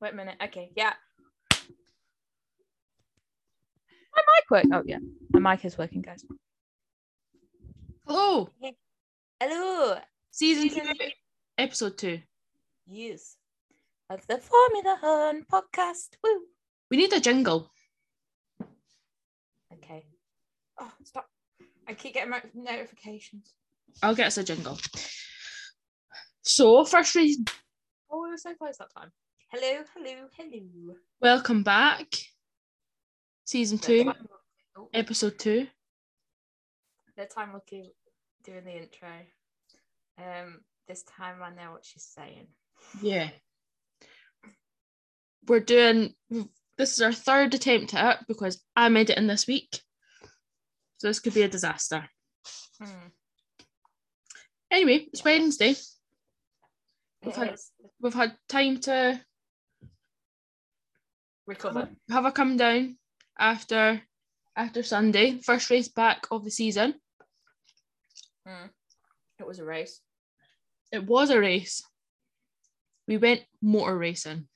Wait a minute. Okay, yeah. My mic work. Oh yeah, my mic is working, guys. Hello, Hello. Oh, season two, Season two. episode two. Use of the Formula Horn podcast. Woo. We need a jingle. Okay. Oh, stop. I keep getting my notifications. I'll get us a jingle. So, first, re- Oh, we were so close that time. Hello, hello, hello. welcome back, season two, episode two. Third oh, time lucky doing the intro. Um, this time I know what she's saying. Yeah, we're doing. This is our third attempt at it because I made it in this week, so this could be a disaster. Hmm. Anyway, it's Wednesday. It Okay. is. We've had time to Recover. have a come down after after Sunday, first race back of the season. Hmm. It was a race. It was a race. We went motor racing.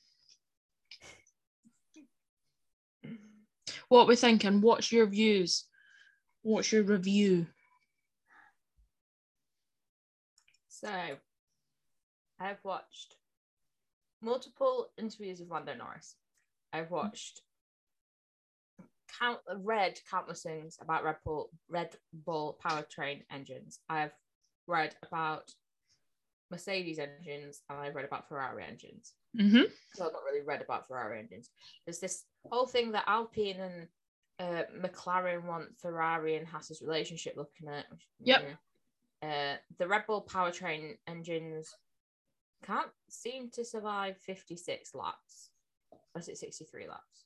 What we're thinking? What's your views? What's your review? So, I've watched multiple interviews with Lando Norris. I've watched count read countless things about Red Bull Red Bull powertrain engines. I've read about Mercedes engines and I've read about Ferrari engines. Mm-hmm. Well, not really read about Ferrari engines. There's this whole thing that Alpine and uh, McLaren want Ferrari and Haas's relationship looking at. which- Yep. Uh, the Red Bull powertrain engines can't seem to survive 56 laps. Or is it 63 laps?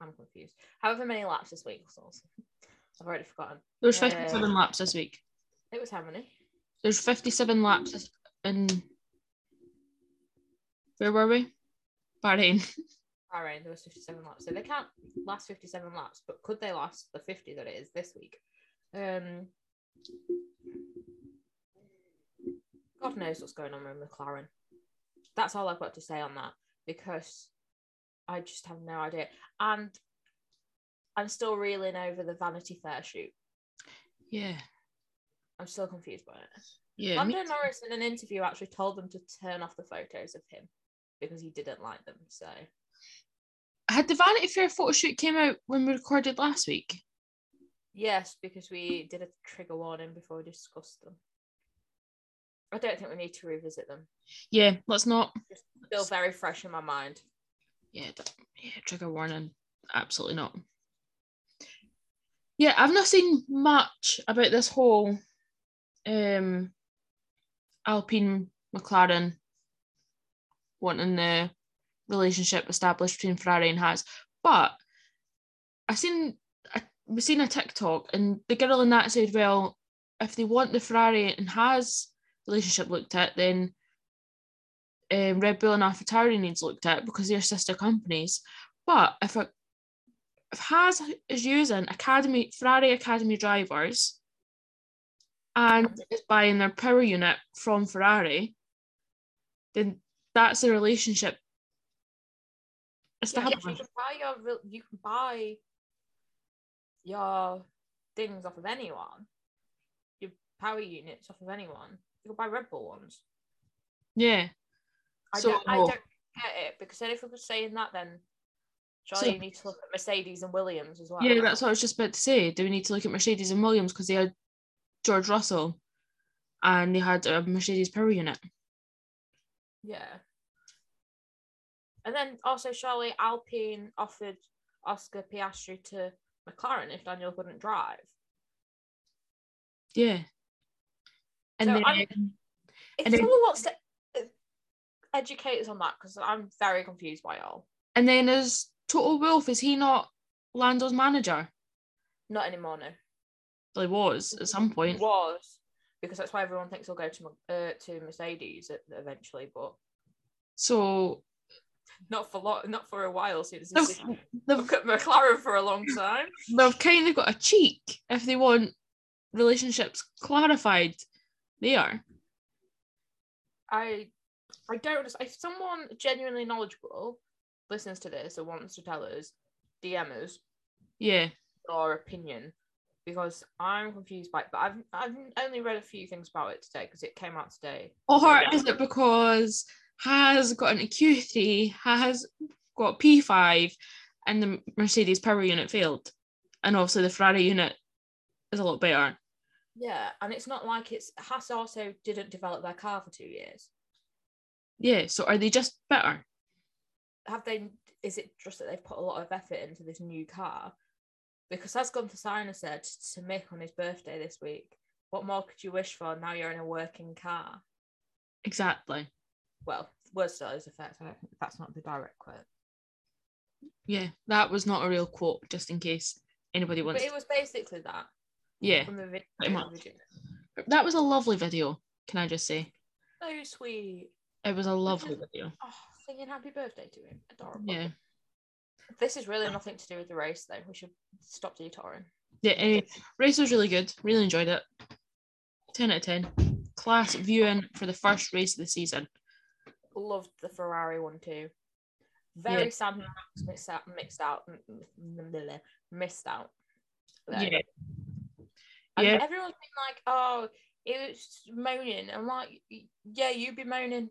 I'm confused. However many laps this week, Sauce. I've already forgotten. There's Yeah. 57 laps this week. It was how many? There's 57 laps this- in. Where were we? Bahrain. Bahrain, there was 57 laps. So they can't last 57 laps, but could they last the 50 that it is this week? Um, God knows what's going on with McLaren. That's all I've got to say on that because I just have no idea. And I'm still reeling over the Vanity Fair shoot. Yeah. I'm still confused by it. Yeah. me- Lando Norris in an interview actually told them to turn off the photos of him because he didn't like them. So Had the Vanity Fair photo shoot came out when we recorded last week? Yes, because we did a trigger warning before we discussed them. I don't think we need to revisit them. Yeah. Let's not. Still very fresh in my mind. yeah, d- yeah, trigger warning. Absolutely not. Yeah, I've not seen much about this whole um Alpine McLaren wanting the relationship established between Ferrari and Haas. But I seen I, we seen a TikTok and the girl in that said, well, if they want the Ferrari and Haas relationship looked at, then um, Red Bull and AlphaTauri needs looked at because they're sister companies. But if a if Haas is using Academy Ferrari Academy drivers and is buying their power unit from Ferrari, then that's a relationship Yeah, established. you can buy your real- you can buy your things off of anyone. Your power units off of anyone. You can buy Red Bull ones. Yeah. I So- don't I don't get it because then if we were saying that then surely So- you need to look at Mercedes and Williams as well. Yeah, that's what I was just about to say. Do we need to look at Mercedes and Williams because they had George Russell and they had a Mercedes power unit? Yeah. And then also, surely Alpine offered Oscar Piastri to McLaren if Daniel couldn't drive. Yeah. And So then I'm- If And then- someone wants to uh, educate us on that, because I'm very confused by all. and then is Total Wolf, is he not Lando's manager? Not anymore, no. Well, he was at some point. Was because that's why everyone thinks he'll go to Mc- uh, to Mercedes e- eventually, but So not for lot, not for a while. So this they've, is they've, look at McLaren for a long time. they've kind of got a cheek if they want relationships clarified. They are. I I don't understand. If someone genuinely knowledgeable listens to this or wants to tell us, DM us Yeah. your opinion because I'm confused by it. But I've I've only read a few things about it today because it came out today. Or is it because has got into Q3, has got P5, and the Mercedes power unit failed? And obviously, the Ferrari unit is a lot better. Yeah, and it's not like it's Haas also didn't develop their car for two years. Yeah. So are they just better? Have they? Is it just that they've put a lot of effort into this new car? Because as Gunther Steiner said to Mick on his birthday this week, what more could you wish for? Now you're in a working car. Exactly. Well, words to those effects. I don't think that's not the direct quote. Yeah. That was not a real quote, just in case anybody But wants. it was basically that yeah. from the video. pretty much. That was a lovely video. Can I just say? So sweet. It was a lovely video. Oh, singing happy birthday to him. Adorable. Yeah. This is really nothing to do with the race, though. We should stop detouring. Yeah. Anyway, race was really good. Really enjoyed it. 10 out of 10. Class viewing for the first race of the season. Loved the Ferrari one too. Very Yeah. sad Max missed out, mixed out, m- m- m- missed out. There. Yeah. And Yeah. Everyone's been like, "Oh, it was moaning." I'm like, "Yeah, you'd be moaning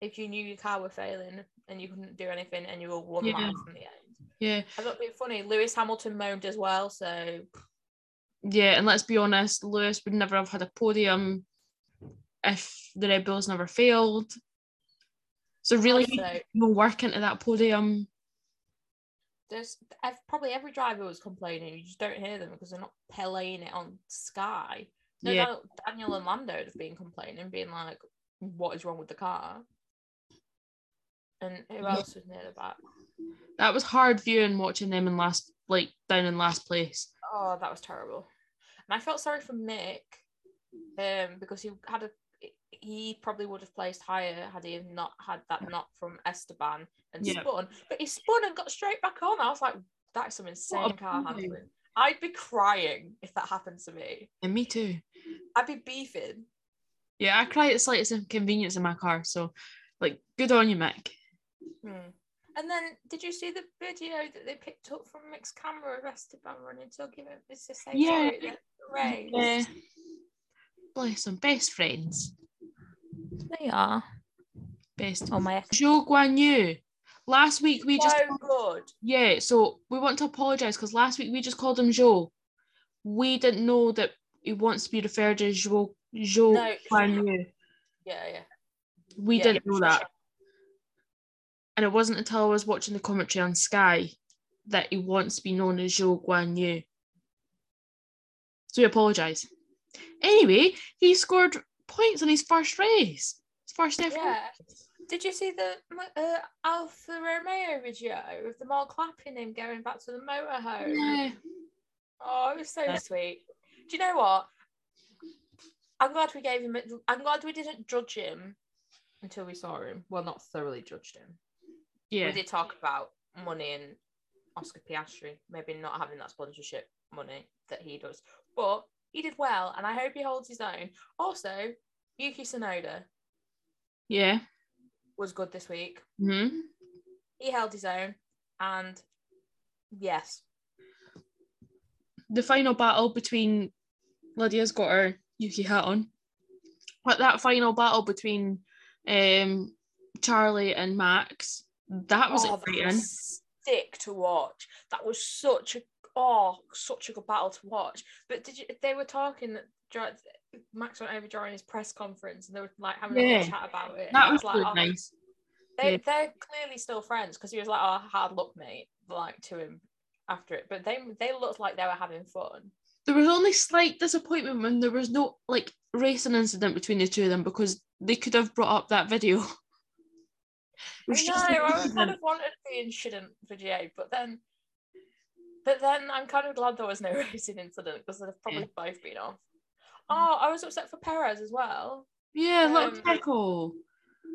if you knew your car were failing and you couldn't do anything, and you were one Yeah. lap from the end." Yeah. I'm not being funny. Lewis Hamilton moaned as well, so Yeah, and let's be honest, Lewis would never have had a podium if the Red Bulls never failed. So really, he Also- put no work into that podium. there's ev- probably every driver was complaining. You just don't hear them because they're not playing it on Sky. No Yeah. doubt Daniel and Lando have been complaining, being like, "What is wrong with the car?" And who Yeah. else was near the back? That was hard viewing watching them in last, like down in last place. Oh, that was terrible. And I felt sorry for Mick, um, because he had a he probably would have placed higher had he not had that knock from Esteban and Yeah. spun. But he spun and got straight back on. I was like, that is some insane car boy. handling. I'd be crying if that happened to me. And me too. I'd be beefing. Yeah, I cry at the slightest inconvenience in my car. So, like, good on you, Mick. Hmm. And then, did you see the video that they picked up from Mick's camera of Esteban running, talking about this to say Yeah. sorry at the race? Yeah. Bless them, best friends, They are. best. Oh my! Zhou Guan Yu. Last week we just so good. Yeah, so we want to apologise because last week we just called him Joe. We didn't know that he wants to be referred to as Joe. Joe No. Guan Yu. Yeah, yeah. We Yeah, didn't know for that. sure. And it wasn't until I was watching the commentary on Sky that he wants to be known as Joe Guan Yu. So we apologise. Anyway, he scored points in his first race. His first ever. Yeah. Did you see the uh, Alfa Romeo video with them all clapping him going back to the motorhome? Yeah. Oh, it was so Yeah. sweet. Do you know what? I'm glad we gave him. a- I'm glad we didn't judge him until we saw him. Well, not thoroughly judged him. We Yeah. did talk about money and Oscar Piastri maybe not having that sponsorship money that he does, but he did well, and I hope he holds his own. Also, Yuki Tsunoda Yeah. was good this week. hmm he held his own and yes the final battle between Lydia's got her Yuki hat on, but that final battle between um, Charlie and Max, that was Oh, exciting. was sick to watch that was such a oh such a good battle to watch but did you they were talking dur- Max went over during his press conference and they were like having a Yeah. little chat about it and I That was like, really oh, nice. they, yeah. they're clearly still friends because he was like oh hard luck mate like to him after it but they they looked like they were having fun There was only slight disappointment when there was no like racing incident between the two of them because they could have brought up that video. I It was know, just an I was kind incident. of wanted the incident video, but then, but then I'm kind of glad there was no racing incident because they'd have probably both been off. Mm. Oh, I was upset for Perez as well yeah, um, little tackle.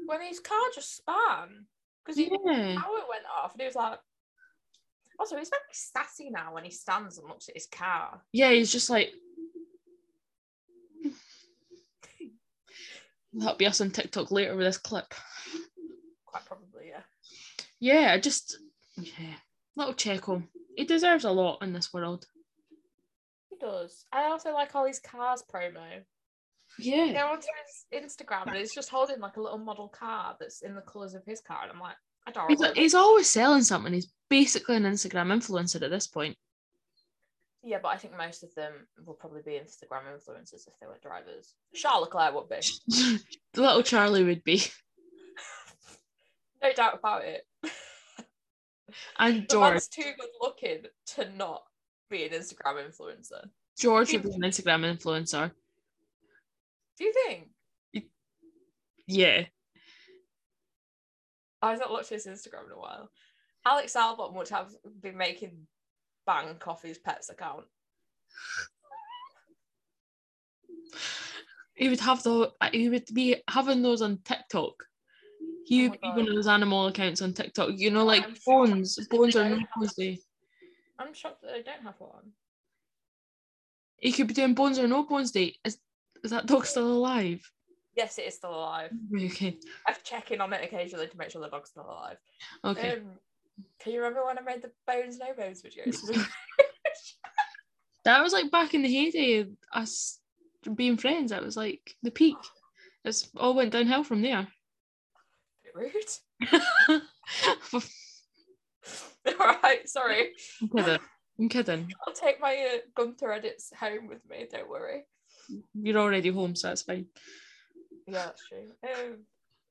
when his car just span because he Yeah, power went off and he was like. Also, he's very sassy now when he stands and looks at his car. yeah, he's just like. That'll be us on TikTok later with this clip. Quite probably, yeah. Yeah, I just yeah, little Checo. He deserves a lot in this world. He does. I also like all his cars promo. Yeah. Go onto his Instagram and it's just holding like a little model car that's in the colours of his car. And I'm like, adorable. He's, he's always selling something. He's basically an Instagram influencer at this point. yeah, but I think most of them will probably be Instagram influencers if they were drivers. Charlotte Claire would be. Little Charlie would be. No doubt about it. And The George. man's too good looking to not be an Instagram influencer. George would be an Instagram influencer. Do you think? Yeah. I've not looked at his Instagram in a while. Alex Albon would have been making bank off his pet's account. He would have the uh, he would be having those on TikTok. He Oh would be my Oh, one of those animal accounts on TikTok. You know, like I'm sure- bones. Bones are Yeah. not bones. I'm shocked that I don't have one. He could be doing Bones or No Bones Day. Is, is that dog still alive? Yes, it is still alive. Okay. I check in on it occasionally to make sure the dog's still alive. Okay. Um, can you remember when I made the bones no bones videos? that was like back in the heyday of us being friends. That was like the peak. It's all went downhill from there. Bit rude. All right, sorry. I'm kidding. I'm kidding. I'll take my uh, Gunther edits home with me. Don't worry. You're already home, so that's fine. Yeah, that's true. Um,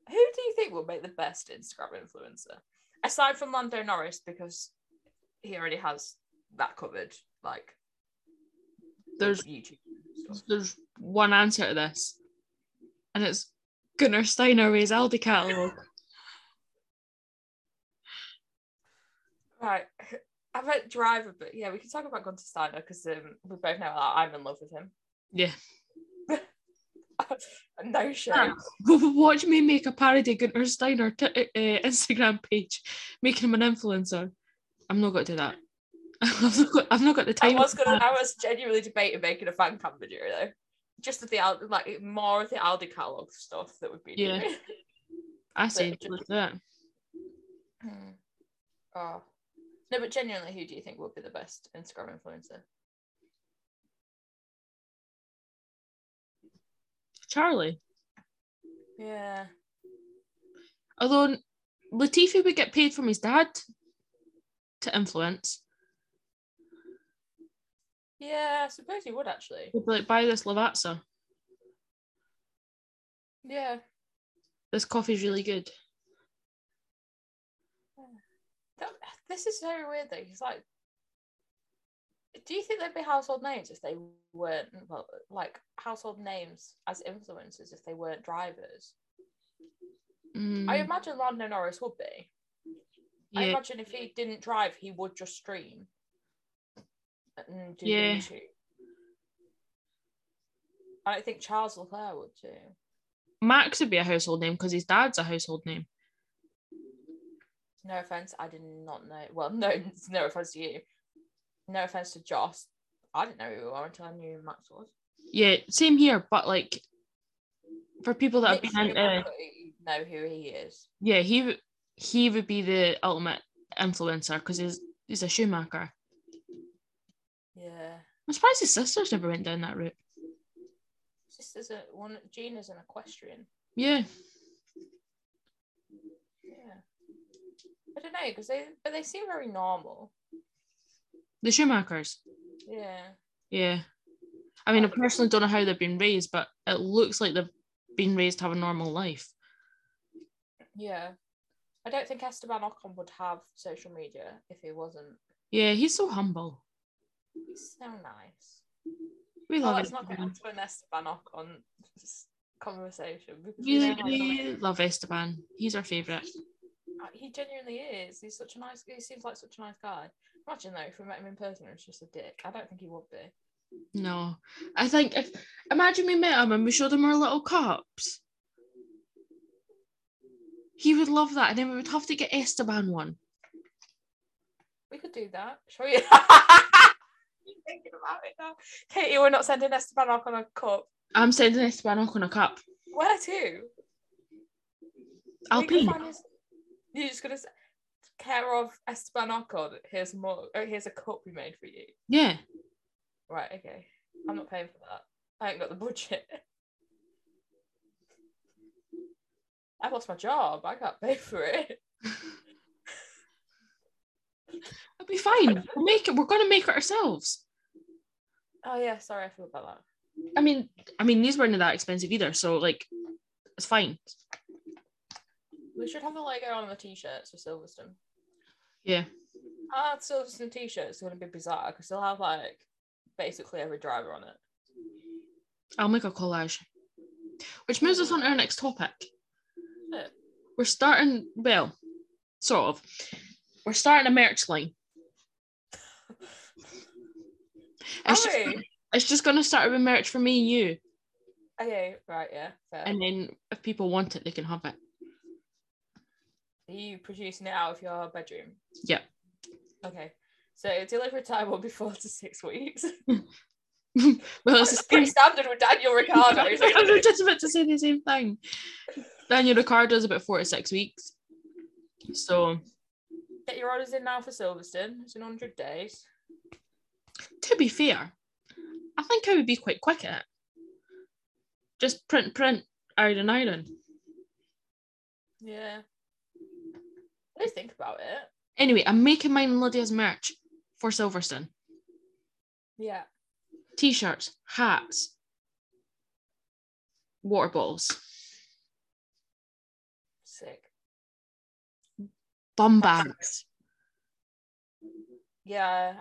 who do you think will make the best Instagram influencer aside from Lando Norris because he already has that covered? Like with There's YouTube and stuff. there's one answer to this, and it's Gunnar Steiner with his Aldi catalog. Right. I bet driver, but yeah, we can talk about Gunter Steiner because um, we both know that I'm in love with him. Yeah. no shame. Ah. Watch me make a parody of Gunnar Steiner t- uh, Instagram page, making him an influencer. I'm not going to do that. I've not got, I've not got the I time. was gonna. I was genuinely debating making a fan cam video though, just of the Al- like more of the Aldi catalog stuff that would be. Yeah. doing. I say, let's do it. Hmm. oh. No, but genuinely, who do you think would be the best Instagram influencer? Charlie. Yeah. Although Latifi would get paid from his dad to influence. Yeah, I suppose you would actually. He'd be like, buy this Lavazza. Yeah. This coffee's really good. That, this is so weird though. He's like, do you think they'd be household names if they weren't well, like household names as influencers if they weren't drivers? Mm, I imagine Lando Norris would be. I yeah. imagine if he didn't drive, he would just stream and do the Yeah. YouTube. I don't think Charles Leclerc would too. Max would be a household name because his dad's a household name. No offense, I did not know. Well, no, it's no offense to you. No offense to Joss. I didn't know who you were until I knew who Max was. Yeah, same here, but like for people that have Nick been into Fury, you know who he is. yeah, he w- he would be the ultimate influencer because he's he's a shoemaker. Yeah. I'm surprised his sisters never went down that route. Sister's a one Jean is an equestrian. Yeah. Yeah. I don't know, because they but they seem very normal. The shoemakers. Yeah. Yeah. I mean, I personally don't know how they've been raised, but it looks like they've been raised to have a normal life. Yeah. I don't think Esteban Ocon would have social media if he wasn't. Yeah, he's so humble. He's so nice. We Oh, love let's it. not get into an Esteban Ocon s- conversation because we We know how really love Esteban. He's our favourite. Uh, He genuinely is. He's such a nice. He seems like such a nice guy. Imagine though, if we met him in person, and it's just a dick. I don't think he would be. No. I think if imagine we met him and we showed him our little cups. He would love that, and then we would have to get Esteban one. We could do that. Show you. You're thinking about it now, Katie. We're not sending Esteban off on a cup. I'm sending Esteban Ocon a cup. Where to? We could Alpine. find his- You're just gonna. Say... care of Esteban Ocon? Here's more. Oh, here's a cup we made for you. Yeah. Right. Okay. I'm not paying for that. I ain't got the budget. I lost my job. I can't pay for it. It'll be fine. We'll make it. We're gonna make it ourselves. Oh yeah. Sorry, I forgot about I mean, I mean, these weren't that expensive either, so like, it's fine. that. We should have a logo on the t-shirts for Silverstone. Yeah. Ah, Silverstone t-shirt is going to be bizarre because they'll have like basically every driver on it. I'll make a collage. Which moves us on to our next topic. Yeah. We're starting, well, sort of. We're starting a merch line. It's just, Are we? it's just going to start with merch for me and you. Okay. Right. Yeah. Fair. And then if people want it, they can have it. Are you producing it out of your bedroom? Yeah. Okay. So delivery time will be four to six weeks. Well, it's the That's same pretty standard with Daniel Ricciardo. I isn't it? was just about to say the same thing. Daniel Ricardo's about four to six weeks. So, Get your orders in now for Silverstone. It's in 100 days. to be fair, I think I would be quite quick at it. Just print, print, iron, iron. Yeah. Please think about it. Anyway, I'm making mine and Lydia's merch for Silverstone. Yeah. T-shirts, hats, water bottles, Sick. bum bags. Yeah.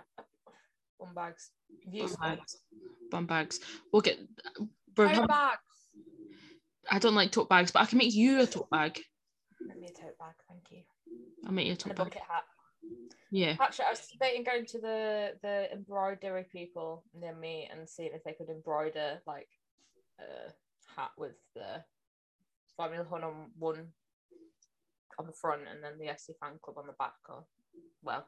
One bags. Bum Useful. bags. Bum bags. We'll get. We're, Tote bag. I don't like tote bags, but I can make you a tote bag. Let me a tote bag, thank you. I'll make you a And a tote bag. bucket hat. Yeah. Actually, I was debating going to the the embroidery people near me and seeing if they could embroider like a hat with the Formula One on one on the front and then the SC fan club on the back. Or well,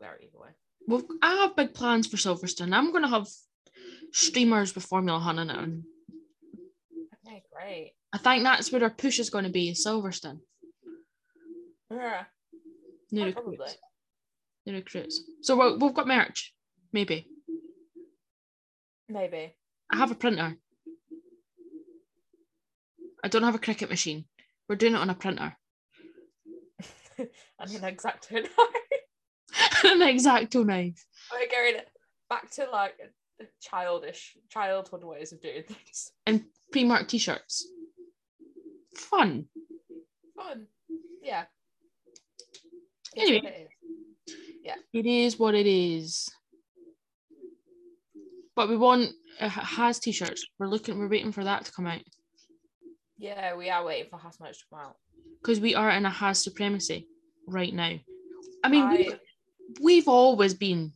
wear it either way. Well, I have big plans for Silverstone. I'm going to have streamers with Formula One in it. And Okay, great. I think that's where our push is going to be, Silverstone. Yeah, New yeah, probably. recruits. New recruits. So we'll, we've got merch, maybe. Maybe. I have a printer. I don't have a cricket machine. We're doing it on a printer. I mean, exactly. An exacto knife. We're going back to like childish childhood ways of doing things. And pre marked t shirts. Fun. Fun. Yeah. It's Anyway. what it is. It is what it is. But we want uh, has t shirts. We're looking, we're waiting for that to come out. Yeah, we are waiting for Hasmatch to come out. because we are in a has supremacy right now. I mean, we, we've always been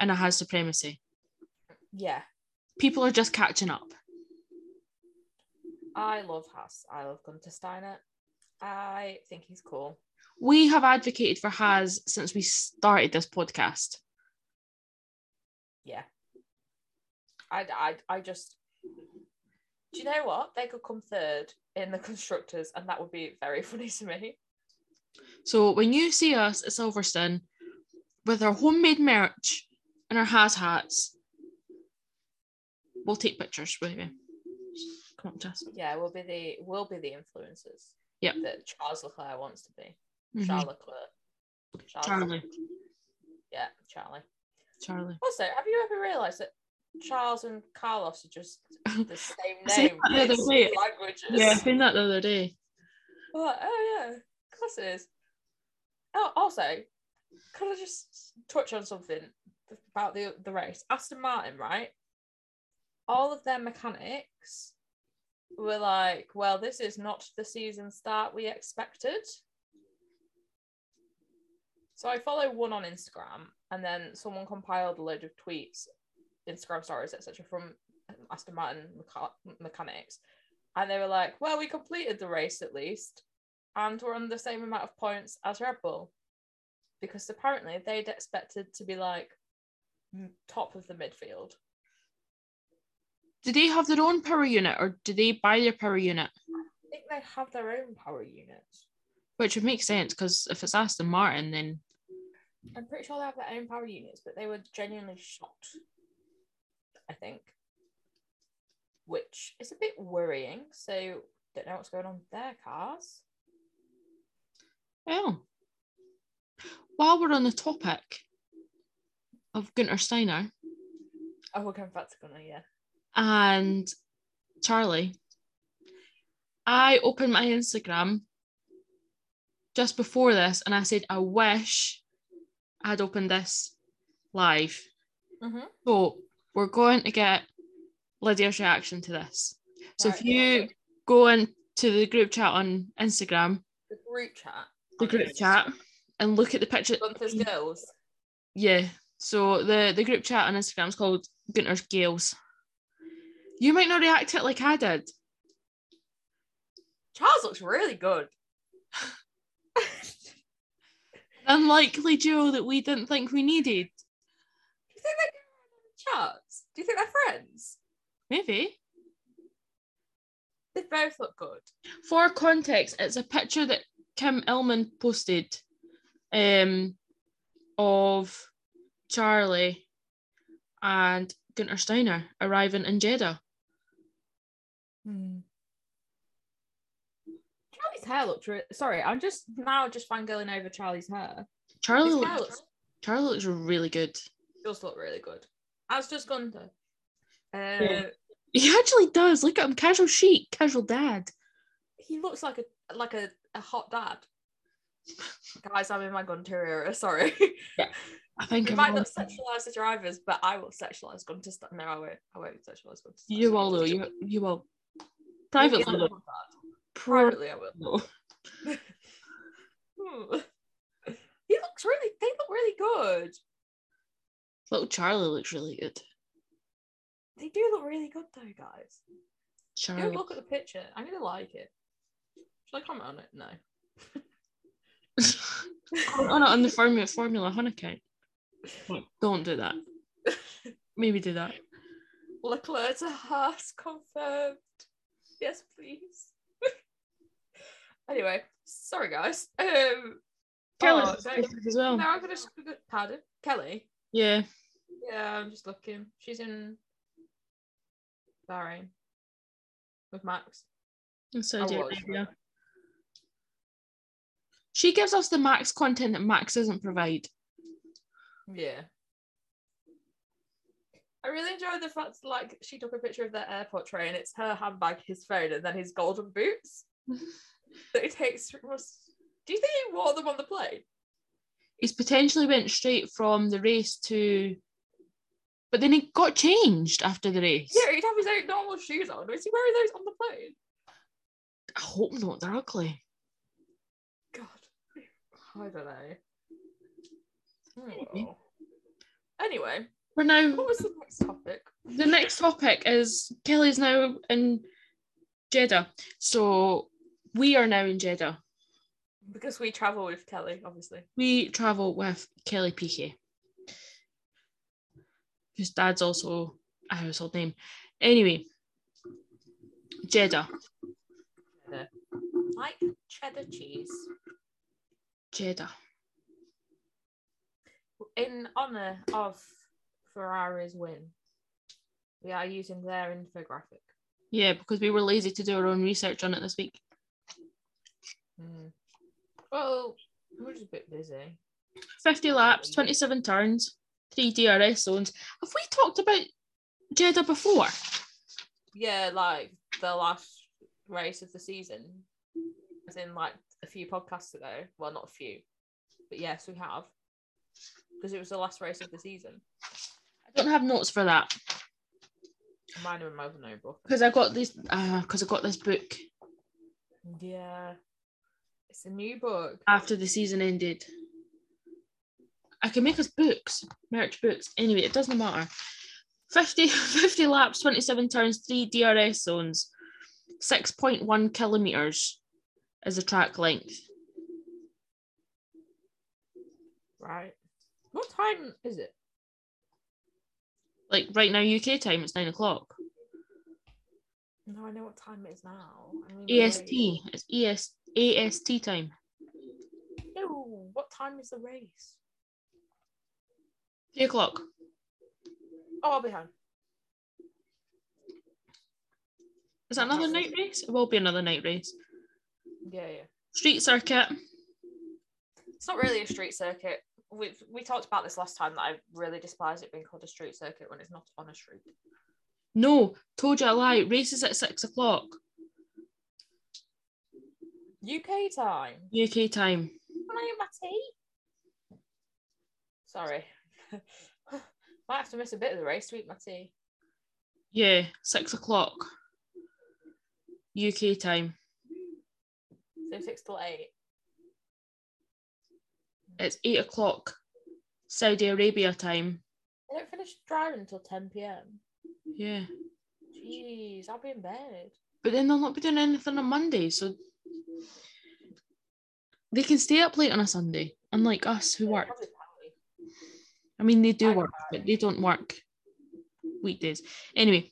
in a has supremacy. yeah, People are just catching up. I love Has. I love Gunter Steiner. I think he's cool. We have advocated for has since we started this podcast. Yeah. I, I, I just. Do you know what? They could come third in the constructors, and that would be very funny to me. So when you see us at Silverstone with our homemade merch and our has hats, we'll take pictures with you. Come up to us. Yeah, we'll be the we'll be the influencers. Yep. That Charles Leclerc wants to be. Mhm. Charles Leclerc. Charles- Charlie. Yeah, Charlie. Charlie. Also, have you ever realised that Charles and Carlos are just the same I said name? that the other but it's day. Languages. Yeah, I seen that the other day. What? Oh yeah, of course it is. Oh, also, can I just touch on something about the the race? Aston Martin, right? All of their mechanics were like, "Well, this is not the season start we expected." So I follow one on Instagram, and then someone compiled a load of tweets, Instagram stories, etc., from Aston Martin mecha- mechanics, and they were like, "Well, we completed the race at least, and we're on the same amount of points as Red Bull," because apparently they'd expected to be like m- top of the midfield. Do they have their own power unit or do they buy their power unit? I think they have their own power units. Which would make sense because if it's Aston Martin, then I'm pretty sure they have their own power units, but they were genuinely shocked, I think. Which is a bit worrying. So don't know what's going on with their cars. oh. While we're on the topic of Gunter Steiner Oh, we're going back to Gunner, yeah. and Charlie, I opened my Instagram just before this and I said I wish I'd opened this live. Mm-hmm. So we're going to get Lydia's reaction to this. So if you go into the group chat on Instagram, the group chat. the group chat, and look at the picture. Gunther's girls. Yeah. So the the group chat on Instagram is called Gunter's Gales. You might not react to it like I did. Charles looks really good. Unlikely duo that we didn't think we needed. Do you think they're on the charts? Do you think they're friends? Maybe. They both look good. For context, it's a picture that Kim Illman posted um, of Charlie and Gunter Steiner arriving in Jeddah. Charlie's hair looks really. Sorry, I'm just now just fangirling over Charlie's hair. Charlie His hair looks, looks, Charlie looks really good. does does look really good. As does Gunther. Uh, Yeah. He actually does. Look at him, casual chic, casual dad. He looks like a like a, a hot dad. Guys, I'm in my Gunter era. Sorry. I think we I'm might wrong. not sexualize the drivers, but I will sexualize Gunter. St- no, I won't. I won't sexualize Gunter. you Steiner. will though. You you will. Maybe Privately, I though. will, but Pri- Privately, I will. though. Hmm. He looks really. They look really good. Little Charlie looks really good. They do look really good though, guys. Go Charlie. look at the picture. I'm gonna like it. Should I comment on it? No. on, on, on Oh, the Formula Formula One account. Don't do that. Maybe do that. Leclerc to Haas confirmed. Yes, please. anyway, sorry guys. Um, Kelly oh, don't- as well. now I'm gonna pardon Kelly. Yeah. Yeah, I'm just looking. She's in Bahrain with Max. in Saudi I was, Arabia. She gives us the Max content that Max doesn't provide. Yeah. I really enjoyed the fact like she took a picture of their airport tray and it's her handbag, his phone, and then his golden boots that he takes was do you think he wore them on the plane? He's potentially went straight from the race to but then he got changed after the race. Yeah, he'd have his own normal shoes on. Was he wearing those on the plane? I hope not, they're ugly. God. I don't know. Anyway. Oh. Anyway, We're now what was the next topic? the next topic is Kelly's now in Jeddah. So we are now in Jeddah. Because we travel with Kelly, obviously. We travel with Kelly Piquet, whose dad's also a household name. Anyway, Jeddah. Like cheddar cheese. Jeddah. in honor of Ferrari's win, we are using their infographic. Yeah, because we were lazy to do our own research on it this week. Hmm. Well, we're just a bit busy. 50 laps, 27 turns, three DRS zones. Have we talked about Jeddah before? Yeah, like the last race of the season, as in like a few podcasts ago. Well, not a few, but yes, we have because it was the last race of the season. I don't have notes for that Mine are in my other notebook. because I got this because I got this book Yeah, it's a new book. after the season ended. I can make us books, merch books. Anyway, it doesn't matter. 50, 50 laps, 27 turns, three DRS zones, 6.1 kilometres is the track length. Right. What time is it? Like right now, UK time, it's nine o'clock. E No, I know what time it is now. I mean, AST, E wait. it's ES, AST time. time is the race? Three o'clock. Oh, I'll be home. Is that another night race? It will be another night race. Yeah, yeah. Street circuit. It's not really a street circuit. We we talked about this last time that I really despise it being called a street circuit when it's not on a street. No, told you a lie. Races at six o'clock UK time. UK time. Can I have my tea? Sorry. Might have to miss a bit of the race to eat my tea. Yeah, six o'clock UK time. So six till eight. It's eight o'clock Saudi Arabia time. I don't finish driving until 10 p.m. Yeah, Jeez, I'll be in bed. but then they'll not be doing anything on Monday, so they can stay up late on a Sunday. Unlike us who work. Probably Pally. I mean, they do I work, but they don't work weekdays. Anyway,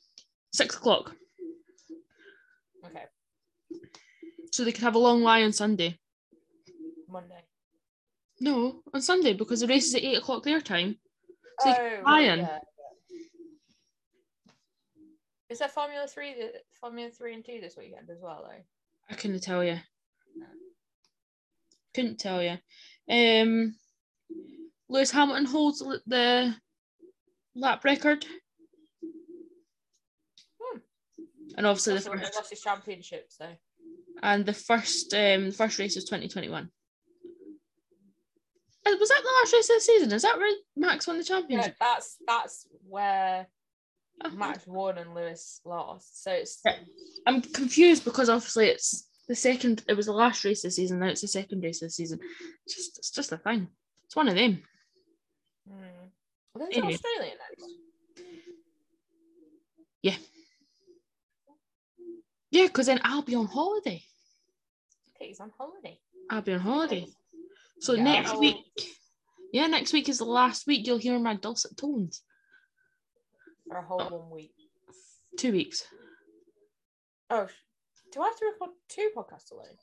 six o'clock, Okay, so they could have a long lie on Sunday. Monday. No, on Sunday because the race is at eight o'clock their time. So you Oh, right, iron. Is that Formula Three? th- Formula Three and Two this weekend as well, though. I couldn't tell you. Couldn't tell you. Um, Lewis Hamilton holds l- the lap record. Hmm. And obviously the Also, he first lost his championship, so and the first um the first race was twenty twenty one. Was that the last race of the season? Is that where Max won the yeah, championship? that's that's where Oh, Max won and Lewis lost. So it's Yeah. I'm confused because obviously it's the second. It was the last race this season. Now it's the second race this season. It's just it's just a thing. It's one of them. mm. well, there's Anyway. Australia next. Yeah, because then I'll be on holiday. Katie's on holiday. I'll be on holiday. So Yeah. next Oh. week, yeah, next week is the last week you'll hear my dulcet tones. for a whole one week. Two weeks. Oh, sh- do I have to record two podcasts alone?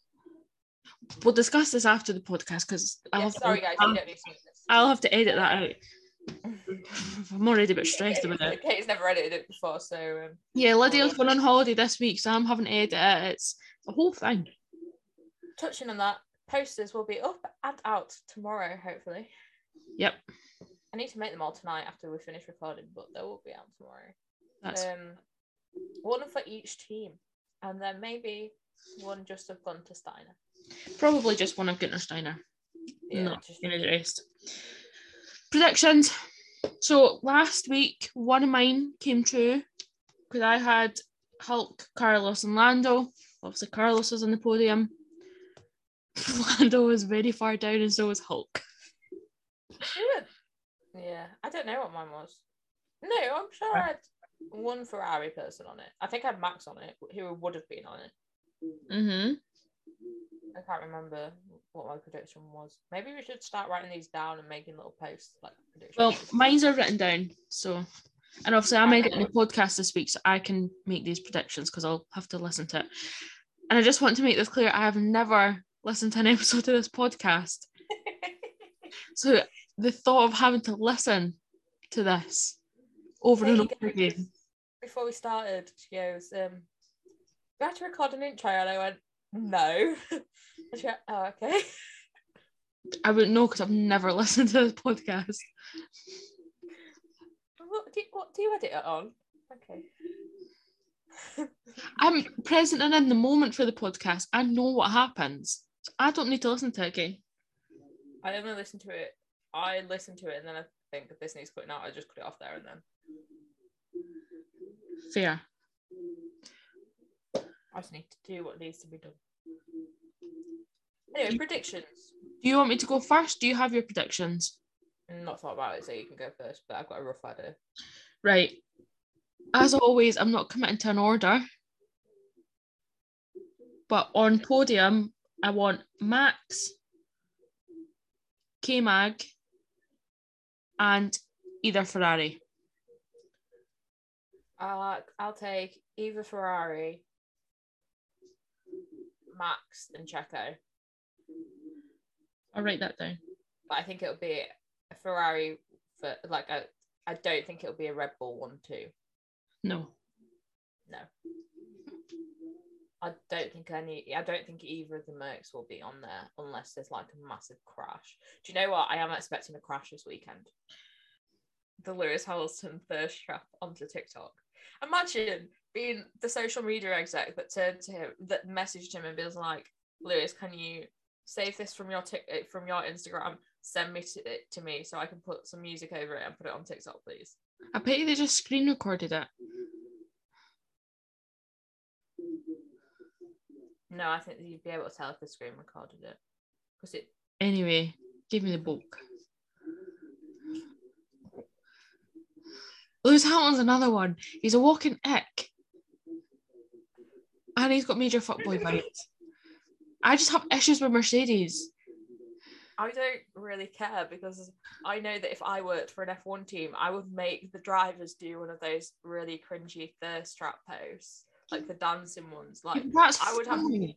We'll discuss this after the podcast because I'll, Yeah, have to- sorry, guys, you I'll, get me some of this. I'll have to edit that out. I'm already a bit stressed about it. Kate- Kate's never edited it before, so um, Yeah, Lydia's going on holiday this week, so I'm having to edit it. It's the whole thing. touching on that, posters will be up and out tomorrow, hopefully. Yep, I need to make them all tonight after we finish recording, but they will be out tomorrow. that's Um, one for each team, and then maybe one just of Gunter Steiner. probably just one of Gunnar Steiner. Yeah, No, just- gonna do the rest. Predictions. So last week, one of mine came true because I had Hulk, Carlos, and Lando. Obviously, Carlos was on the podium. Lando was very far down, and so was Hulk. yeah, I don't know what mine was. No, I'm sure I had one Ferrari person on it. I think I had Max on it, who would have been on it. Mm-hmm. I can't remember what my prediction was. Maybe we should start writing these down and making little posts like predictions. Well, mine's are written down. So, and obviously, I'm editing the podcast this week, so I can make these predictions because I'll have to listen to it. And I just want to make this clear: I have never listened to an episode of this podcast. So the thought of having to listen to this over and Katie over goes, again. Before we started, she goes, um, "We had to record an intro," and I went, "No." and she went, "Oh, okay." I wouldn't know because I've never listened to this podcast. What do you, what do you edit it on? Okay. I'm present and in the moment for the podcast. I know what happens. I don't need to listen to it again. I only listened to it. I listened to it, and then I think if this needs cutting out, I just cut it off there and then. Fair. I just need to do what needs to be done. Anyway, predictions. Do you want me to go first? Do you have your predictions? Not thought about it, so you can go first. But I've got a rough idea. Right. As always, I'm not committing to an order. But on podium, I want Max, K Mag, and either Ferrari. Uh, I'll take either Ferrari, Max, and Checo. I'll write that down. but I think it'll be a Ferrari for like I I don't think it'll be a Red Bull one too. No. No. I don't think any I don't think either of the Mercs will be on there unless there's like a massive crash. Do you know what? I am expecting a crash this weekend. The Lewis Hamilton thirst trap onto TikTok. Imagine being the social media exec that turned to him that messaged him and was like, Lewis, can you save this from your tic- from your Instagram, send me to it to me so I can put some music over it and put it on TikTok, please. I bet you they just screen recorded it. No, I think you'd be able to tell if the screen recorded it because it Anyway, give me the book. Lewis Hamilton's another one. He's a walking ick. And he's got major fuckboy vibes. I just have issues with Mercedes. I don't really care because I know that if I worked for an F1 team, I would make the drivers do one of those really cringy thirst trap posts, like the dancing ones. Like That's I would have, fine.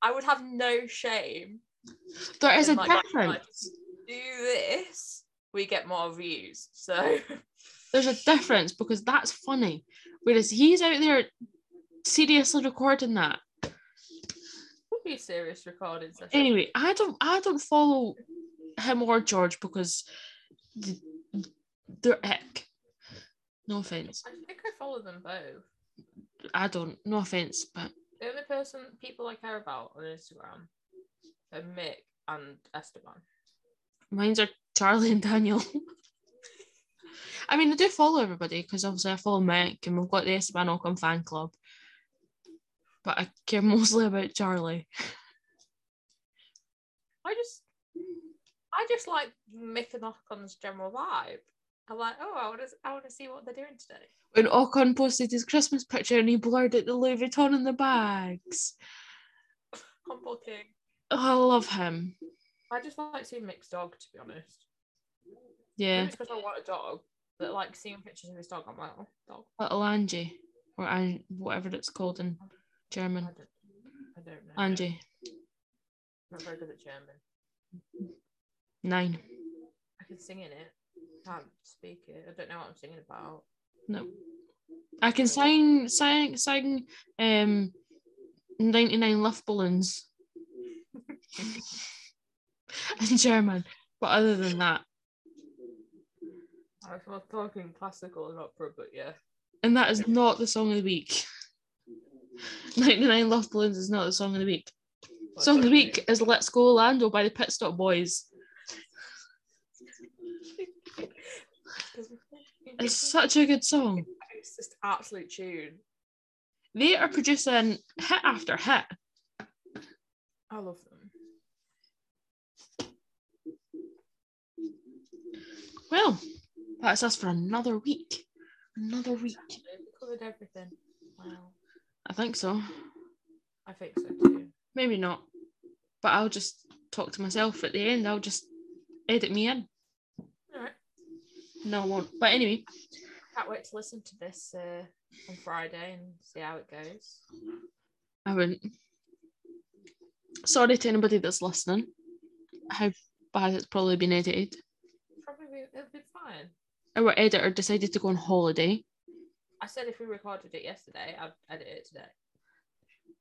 I would have no shame. There is in, a like, difference. like, do this, we get more views. So There's a difference because that's funny. Whereas he's out there seriously recording that. would be a serious recording session. Anyway, I don't I don't follow him or George because th- they're ick. No offense. I think I follow them both. I don't. No offense, but The only person people I care about on Instagram are Mick and Esteban. mine's are Charlie and Daniel. I mean, I do follow everybody because obviously I follow Mick and we've got the Esteban Ocon fan club. But I care mostly about Charlie. I just I just like Mick and Ocon's general vibe. I'm like, oh, I want to, I want to see what they're doing today. When Ocon posted his Christmas picture and he blurred out the Louis Vuitton in the bags. Humble King. Oh, I love him. I just like seeing Mick's dog, to be honest. Yeah, Maybe because I want a dog, but like seeing pictures of his dog, I'm like, oh, dog. little Angie or An- whatever it's called in I German. don't, I don't know. Mm. Angie I'm not very good at German. nine. I can sing in it. Can't speak it. I don't know what I'm singing about. No. I can sign sign sign um 99 luft balloons in German. But other than that, I was talking classical and opera, but yeah. and that is not the song of the week. 99 Luft Balloons is not the song of the week. Song of the week is Let's Go Orlando by the Pit Stop Boys. It's such a good song. It's just absolute tune. They are producing hit after hit. I love them. Well, that's us for another week. Another week. We covered everything. Wow. I think so. I think so too. Maybe not. But I'll just talk to myself at the end. I'll just edit me in. All right. No, I won't. But anyway, Can't wait to listen to this uh, on Friday and see how it goes. I wouldn't. Sorry to anybody that's listening. How bad it's probably been edited. Probably be- it'll be fine. Our editor decided to go on holiday. I said if we recorded it yesterday, I'd edit it today.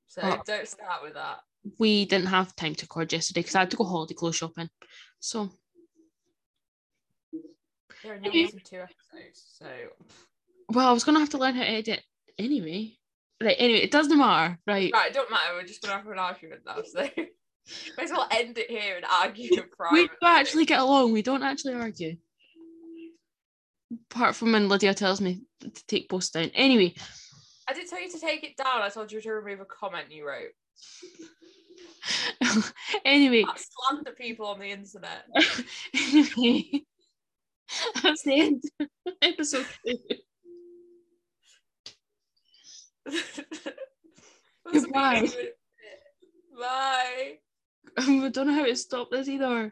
So Oh. don't start with that. We didn't have time to record yesterday because I had to go holiday clothes shopping. So There are no Okay. more than two episodes, so well, I was gonna have to learn how to edit anyway. Right, anyway, it doesn't matter, right? right, it don't matter. We're just gonna have an argument now. So may as well end it here and argue in We private. do actually get along, we don't actually argue. Apart from when Lydia tells me to take posts down. Anyway, I did tell you to take it down. I told you to remove a comment you wrote. anyway, That slander people on the internet. anyway. That's the end of episode two. Goodbye. Bye. I don't know how to stop this either.